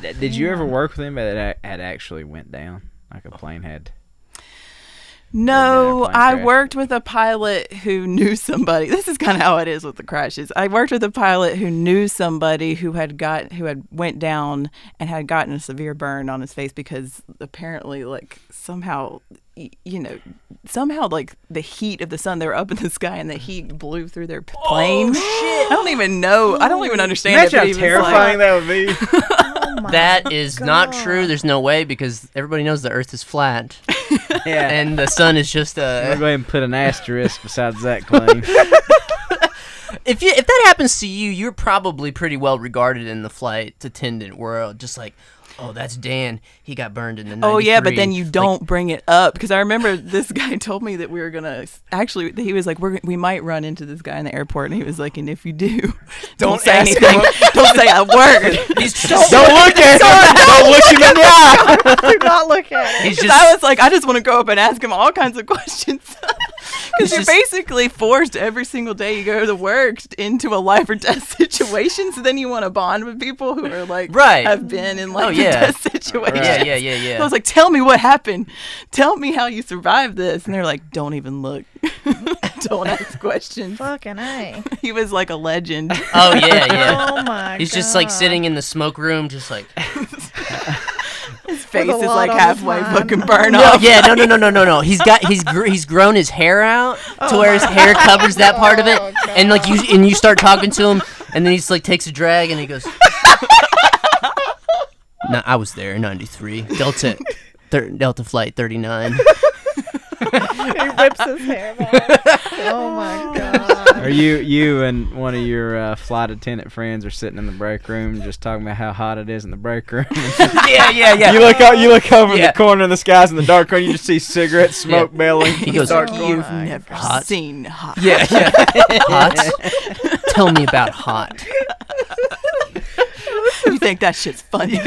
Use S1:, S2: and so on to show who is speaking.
S1: Th- Did you ever work with him that had actually went down? Like a plane had.
S2: No,
S1: plane
S2: I
S1: crash?
S2: worked with a pilot who knew somebody. This is kind of how it is with the crashes. I worked with a pilot who knew somebody who had got who had went down and had gotten a severe burn on his face because apparently, like somehow, y- you know, somehow like the heat of the sun. They were up in the sky and the heat blew through their plane. shit! I don't even know. I don't even understand. it,
S1: Oh, Imagine
S2: but
S1: how
S2: he was
S1: terrifying
S2: Like,
S1: that would be.
S3: That is not true. There's no way because everybody knows the Earth is flat
S1: yeah.
S3: and the sun is just
S1: I'm gonna
S3: a.
S1: go ahead and put an asterisk besides that claim.
S3: If you if that happens to you, you're probably pretty well regarded in the flight attendant world. Just like, oh, that's Dan. He got burned in the. 93.
S2: Oh yeah, but then you
S3: Like,
S2: don't bring it up because I remember this guy told me that we were gonna actually. He was like, "We're we might run into this guy in the airport," and he was like, "And if you do, don't,
S3: Don't
S2: say
S3: ask
S2: anything. don't say a word."
S3: he's just,
S1: Don't look at him. Don't look him in the eye.
S2: Do not look at. him.
S3: He's
S2: Because
S3: just-
S2: I was like, I just want to go up and ask him all kinds of questions. Because
S3: He's
S2: you're
S3: just-
S2: basically forced every single day you go to work into a life or death situation. So then you want to bond with people who are like,
S3: Right. Oh,
S2: have been in life
S3: yeah.
S2: or death situations.
S3: yeah, yeah, yeah, yeah.
S2: I was like, tell me what happened. Tell me how you survived this. And they're like, don't even look. don't ask questions.
S4: Fucking A.
S2: He was like a legend.
S3: oh yeah, yeah.
S4: Oh my
S3: He's just like
S4: God.
S3: sitting in the smoke room, just like.
S2: His face is
S4: lot
S2: like
S4: on his
S2: halfway
S4: mind.
S2: fucking burn
S3: No,
S2: off.
S3: yeah, no, no, no, no, no, no. He's got he's gr- he's grown his hair out to where his hair covers that part of it, and like you and you start talking to him, and then he's like takes a drag and he goes. no, I was there in '93 Delta, thir- Delta flight 39.
S4: He rips his hair off. Oh my god.
S1: Are you you and one of your uh, flight attendant friends are sitting in the break room just talking about how hot it is in the break room?
S3: yeah, yeah, yeah.
S1: you look out, you look over
S3: Yeah.
S1: the corner, and the sky's in the dark corner. You just see cigarette smoke
S3: Yeah.
S1: belling.
S3: He goes,
S1: dark
S4: "Oh,
S1: corner.
S2: You've never
S3: Hot.
S2: seen hot.
S3: yeah, yeah. Hot. Tell me about hot.
S2: You think that shit's funny.